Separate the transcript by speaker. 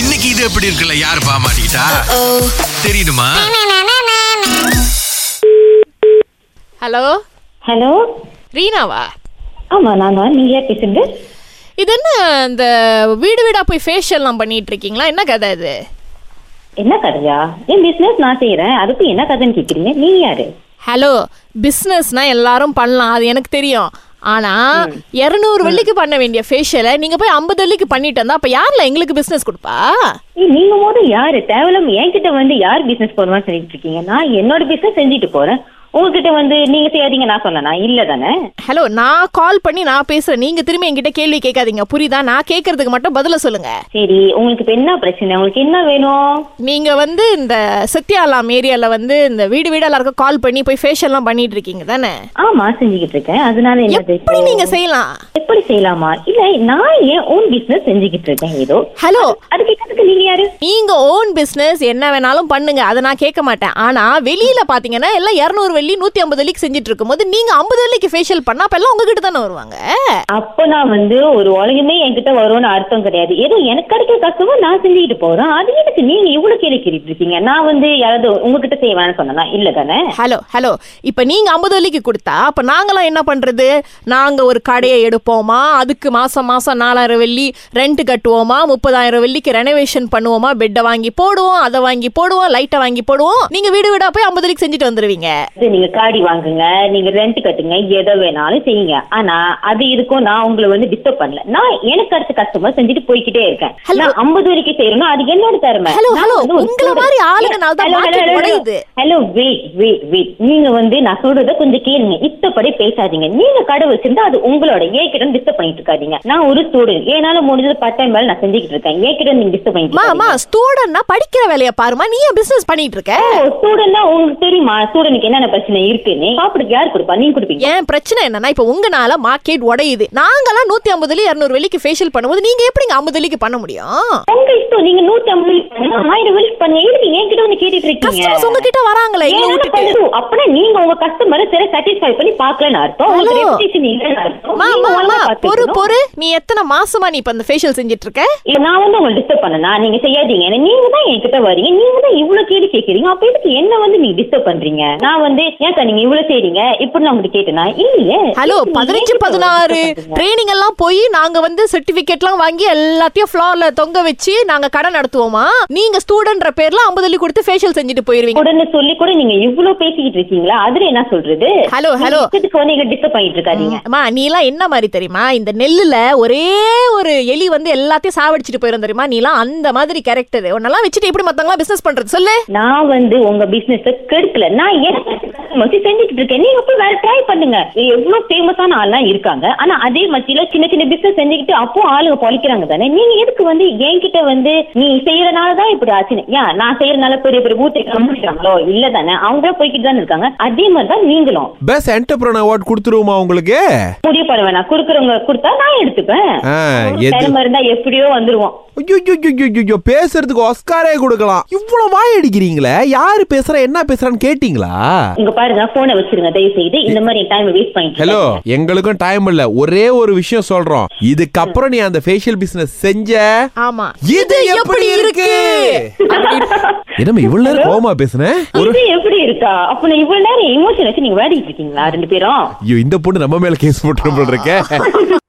Speaker 1: இன்னைக்கு இது எப்படி இருக்குல்ல யாரு பாமாட்டா தெரியுமா
Speaker 2: ஹலோ
Speaker 3: ஹலோ
Speaker 2: ரீனாவா
Speaker 3: ஆமா நான் தான் நீங்க யார் பேசுங்க
Speaker 2: இது என்ன இந்த வீடு வீடா போய் ஃபேஷியல்லாம் பண்ணிட்டு இருக்கீங்களா என்ன கதை இது
Speaker 3: என்ன கதையா என் பிசினஸ் நான் செய்யறேன் அதுக்கு என்ன கதைன்னு கேக்குறீங்க நீங்க யாரு
Speaker 2: ஹலோ பிஸ்னஸ்னா எல்லாரும் பண்ணலாம் அது எனக்கு தெரியும் ஆனா இரநூறு வெள்ளிக்கு பண்ண வேண்டிய ஃபேஷியலை நீங்க போய் ஐம்பது வெள்ளிக்கு பண்ணிட்டு வந்தா அப்ப யார்ல எங்களுக்கு பிசினஸ் கொடுப்பா
Speaker 3: ஏய், நீங்க மோத யாரு தேவலம் என்கிட்ட வந்து யார் பிசினஸ் போறோம்னு சொல்லிட்டு இருக்கீங்க நான் என்னோட பிசினஸ் செஞ்சுட்டு போறேன் உங்ககிட்ட வந்து நீங்க செய்யாதீங்க நான் சொன்னேனா இல்ல தானே
Speaker 2: ஹலோ நான் கால் பண்ணி நான் பேசுறேன் நீங்க திரும்பி என்கிட்ட கேள்வி கேட்காதீங்க புரியுதா நான் கேட்கறதுக்கு மட்டும் பதில சொல்லுங்க
Speaker 3: சரி உங்களுக்கு இப்ப என்ன பிரச்சனை உங்களுக்கு என்ன வேணும்
Speaker 2: நீங்க வந்து இந்த சத்யாலாம் ஏரியால வந்து இந்த வீடு வீடெல்லாம் இருக்க கால் பண்ணி போய் ஃபேஷியல்லாம் பண்ணிட்டு இருக்கீங்க தானே
Speaker 3: ஆமா செஞ்சுக்கிட்டு இருக்கேன் அதனால என்ன
Speaker 2: எப்படி
Speaker 3: பிரச்சனை?
Speaker 2: நீங்க செய்யலாம்
Speaker 3: எப்படி செய்யலாமா இல்ல நான் என் ஓன் பிசினஸ் செஞ்சுக்கிட்டு இருக்கேன் ஏதோ
Speaker 2: ஹலோ
Speaker 3: அது கேட்கறதுக்கு நீங்க யாரு
Speaker 2: நீங்க ஓன் பிசினஸ் என்ன வேணாலும் பண்ணுங்க அதை நான் கேட்க மாட்டேன் ஆனா வெளியில பாத்தீங்கன்னா எல்லாம் இரநூறு வெள்ளி நூத்தி ஐம்பது வெள்ளிக்கு செஞ்சுட்டு இருக்கும்போது நீங்க ஐம்பது வெள்ளிக்கு ஃபேஷியல் பண்ணா அப்ப எல்லாம் உங்ககிட்ட தானே வருவாங்க
Speaker 3: அப்போ நான் வந்து ஒரு உலகமே என்கிட்ட வரும்னு அர்த்தம் கிடையாது ஏதோ எனக்கு கிடைக்கிற கஷ்டமும் நான் செஞ்சுக்கிட்டு போறேன் அது எனக்கு நீங்க இவ்வளவு கேள்வி கேட்டுட்டு இருக்கீங்க நான் வந்து யாராவது உங்ககிட்ட செய்வேன்னு சொன்னா இல்ல தானே
Speaker 2: ஹலோ ஹலோ இப்ப நீங்க ஐம்பது வெள்ளிக்கு கொடுத்தா அப்ப நாங்களாம் என்ன பண்றது நாங்க ஒரு கடையை எடுப்போமா அதுக்கு மாசம் மாசம் நாலாயிரம் வெள்ளி ரெண்ட் கட்டுவோமா முப்பதாயிரம் வெள்ளிக்கு ரெனோவேஷன் பண்ணுவோமா பெட்டை வாங்கி போடுவோம் அதை வாங்கி போடுவோம் லைட்டை வாங்கி போடுவோம் நீங்க வீடு வீடா போய் ஐம்பது வெள்ளிக்கு செஞ்சுட்டு வந்துருவீங்க
Speaker 3: அது நீங்க காடி வாங்குங்க நீங்க ரெண்ட் கட்டுங்க எதோ வேணாலும் செய்யுங்க ஆனா அது இருக்கும் நான் உங்களை வந்து டிஸ்டர்ப் பண்ணல நான் எனக்கு அடுத்த கஷ்டமா செஞ்சுட்டு போயிக்கிட்டே இருக்கேன் நான் ஐம்பது வரைக்கும் செய்யணும் அது என்னோட திறமை
Speaker 2: Hello,
Speaker 3: நான்
Speaker 2: hello.
Speaker 3: வந்து ஒரு
Speaker 2: உங்களை
Speaker 3: student.
Speaker 2: மாதிரி ஆளுங்கனால தான்
Speaker 3: Hello, hello,
Speaker 2: market
Speaker 3: hello,
Speaker 2: உடையுது.
Speaker 3: ஹலோ வெயிட் வெயிட் வெயிட் நீங்க வந்து நான் சொல்றத கொஞ்சம் கேளுங்க இத்தப்படி பேசாதீங்க நீங்க கடை வச்சிருந்தா அது உங்களோட ஏன் கிட்ட டிஸ்டர்ப் பண்ணிட்டு இருக்காதீங்க நான் ஒரு ஸ்டூடெண்ட் என்னால முடிஞ்சது பார்ட் டைம் வேலை நான் செஞ்சுக்கிட்டு இருக்கேன் ஏன் கிட்ட நீங்க டிஸ்டர்ப் பண்ணிட்டு
Speaker 2: மாமா
Speaker 3: இருக்காதீங்க.
Speaker 2: ஸ்டூடெண்ட்னா படிக்கிற வேலையை பாருமா நீ ஏன் பிசினஸ் பண்ணிட்டு இருக்க
Speaker 3: ஓ, student னா உங்களுக்கு தெரியுமா ஸ்டூடெண்ட்க்கு என்னென்ன பிரச்சனை இருக்குன்னு சாப்பிடுக்கு யார் கொடுப்பா நீங்க கொடுப்பீங்க
Speaker 2: ஏன் பிரச்சனை என்னன்னா இப்ப உங்கனால மார்க்கெட் உடையுது நாங்கெல்லாம் நூத்தி ஐம்பதுல இருநூறு வெள்ளிக்கு ஃபேஷியல் பண்ணும்போது நீங்க எப்படிங்க ஐம்பது வெள்ளிக்கு பண்ண முடியும்
Speaker 3: உங்க இஷ்டம் நீங்க நூத்தி ஐம்பது பண்ணுங்க ஆயிரம் வெளிக்கு பண்ணுங்க எதுக்கு என் கிட்ட வந்து கேட்டுட்டு
Speaker 2: கஸ்டமர்ஸ்
Speaker 3: இருக்கீங்க
Speaker 2: உங்ககிட்ட வராங்களே எங்களை
Speaker 3: ஏன்
Speaker 2: விட்டுட்டு
Speaker 3: பண்ணுது? அப்பனா நீங்க உங்க கஸ்டமரை சரி சாட்டிஸ்ஃபை பண்ணி பாக்கலன்னு அர்த்தம் உங்களுக்கு
Speaker 2: Hello.
Speaker 3: reputation இல்லைன்னு அர்த்தம்
Speaker 2: மா,
Speaker 3: நீங்க
Speaker 2: மா,
Speaker 3: ஒழுங்கா
Speaker 2: மா, பொறு
Speaker 3: பாத்துக்கணும்.
Speaker 2: பொறு நீ எத்தனை மாசமா நீ இப்ப இந்த ஃபேஷியல் செஞ்சிட்டு இருக்க
Speaker 3: இல்ல நான் வந்து உங்களை டிஸ்டர்ப் பண்ணனா நீங்க செய்யாதீங்க ஏன்னா நீங்க தான் என்கிட்ட வரீங்க நீங்க தான் இவ்வளவு கேள்வி கேக்குறீங்க அப்ப எதுக்கு என்ன வந்து நீங்க டிஸ்டர்ப் பண்றீங்க நான் வந்து ஏன் சார் நீங்க இவ்வளவு செய்றீங்க இப்படி நான் உங்களுக்கு கேட்டேனா இல்லையே
Speaker 2: ஹலோ
Speaker 3: இதுக்கு நீங்க
Speaker 2: பதினஞ்சு
Speaker 3: எதுக்கு
Speaker 2: பதினாறு
Speaker 3: disturb பண்றீங்க?
Speaker 2: ட்ரைனிங் எல்லாம் போய் நாங்க வந்து சர்டிபிகேட்லாம் வாங்கி எல்லாத்தையும் ஃப்ளோர்ல தொங்க வச்சு நாங்க கடை நடத்துவோமா நீங்க ஸ்டூடெண்ட்ற பேர்ல ஐம்பது வெள்ளி கொடுத்து ஃபேஷியல் செஞ்சுட்டு போயிருவீங்க
Speaker 3: உடனே சொல்லி கூட நீங்க இவ்வளவு பேசிக்கிட்டு இருக்கீங்களா அதுல என்ன சொல்றது
Speaker 2: Hello, hello.
Speaker 3: இதுக்கு வந்து நீங்க டிஸ்டர்ப் பண்ணிட்டு இருக்காதீங்க
Speaker 2: அம்மா நீலாம் என்ன மாதிரி தெரியுமா இந்த நெல்லுல ஒரே ஒரு எலி வந்து எல்லாத்தையும் சாவடிச்சிட்டு போயிரும் தெரியுமா நீலாம் அந்த மாதிரி கேரக்டர் உன்னெல்லாம் வச்சுட்டு எப்படி மத்தவங்களாம் பிசினஸ் பண்றது சொல்லு
Speaker 3: நான் வந்து உங்க பிசினஸ் கெடுக்கல நான் எனக்கு மத்தி செஞ்சுக்கிட்டு இருக்கேன் நீங்க போய் வேற ட்ரை பண்ணுங்க எவ்வளவு ஃபேமஸான ஆள்லாம் இருக்காங்க ஆனா அதே மத்தியில சின்ன சின்ன பிசினஸ் செஞ்சுக்கிட்டு அப்போ ஆளுங்க பொழைக்கிறாங்க தானே நீங்க எதுக்கு வந்து என்கிட்ட வந்து நீ செய்யறனால தான் இப்படி ஆச்சுன்னு ஏன் நான் செய்யறனால பெரிய பெரிய பூத்தி கம்பிடுறாங்களோ இல்ல தானே அவங்களே போய்கிட்டு தானே இருக்காங்க அதே மாதிரி தான் நீங்களும்
Speaker 4: பெஸ்ட் என்டர்பிரனர் அவார்ட் கொடுத்துருவோமா உங்களுக்கு
Speaker 3: முடிவு பண்ணுவேன் நான் கொடுக்குறவங்க கொடுத்தா நான் எடுத்துப்பேன்
Speaker 4: ஆ,
Speaker 3: உங்களுக்கு
Speaker 4: எது-
Speaker 3: திறமை இருந்தா எப்படியோ வந்துருவோம்
Speaker 4: ஐயோ பேசுறதுக்கு ஒஸ்காரே கொடுக்கலாம் இவ்வளவு வாய் அடிக்கிறீங்களே யாரு பேசுறா என்ன பேசுறான்னு கேட்டீங்களா
Speaker 3: இங்க பாருங்க போனை வச்சிருங்க தயவு செய்து இந்த மாதிரி டைம் வேஸ்ட் பண்ணிட்டு
Speaker 4: ஹலோ
Speaker 3: இருக்காதீங்க.
Speaker 4: எங்களுக்கும் டைம் இல்ல ஒரே ஒரு விஷயம் சொல்றோம் இதுக்கப்புறம் நீ அந்த ஃபேஷியல் பிசினஸ் செஞ்ச
Speaker 2: ஆமா
Speaker 4: இது எப்படி இருக்கு என்னம்மா இவ்வளவு நேரம் கோமா பேசுனேன் ஒரு
Speaker 3: இது எப்படி இருக்கா அப்ப நான் இவ்வளவு நேரம் எமோஷன் வச்சு நீங்க வேடிக்கிட்டு இருக்கீங்களா ரெண்டு பேரும்
Speaker 4: ஐயோ இந்த பொண்ணு நம்ம மேல கேஸ் போட்டு இருக்கேன்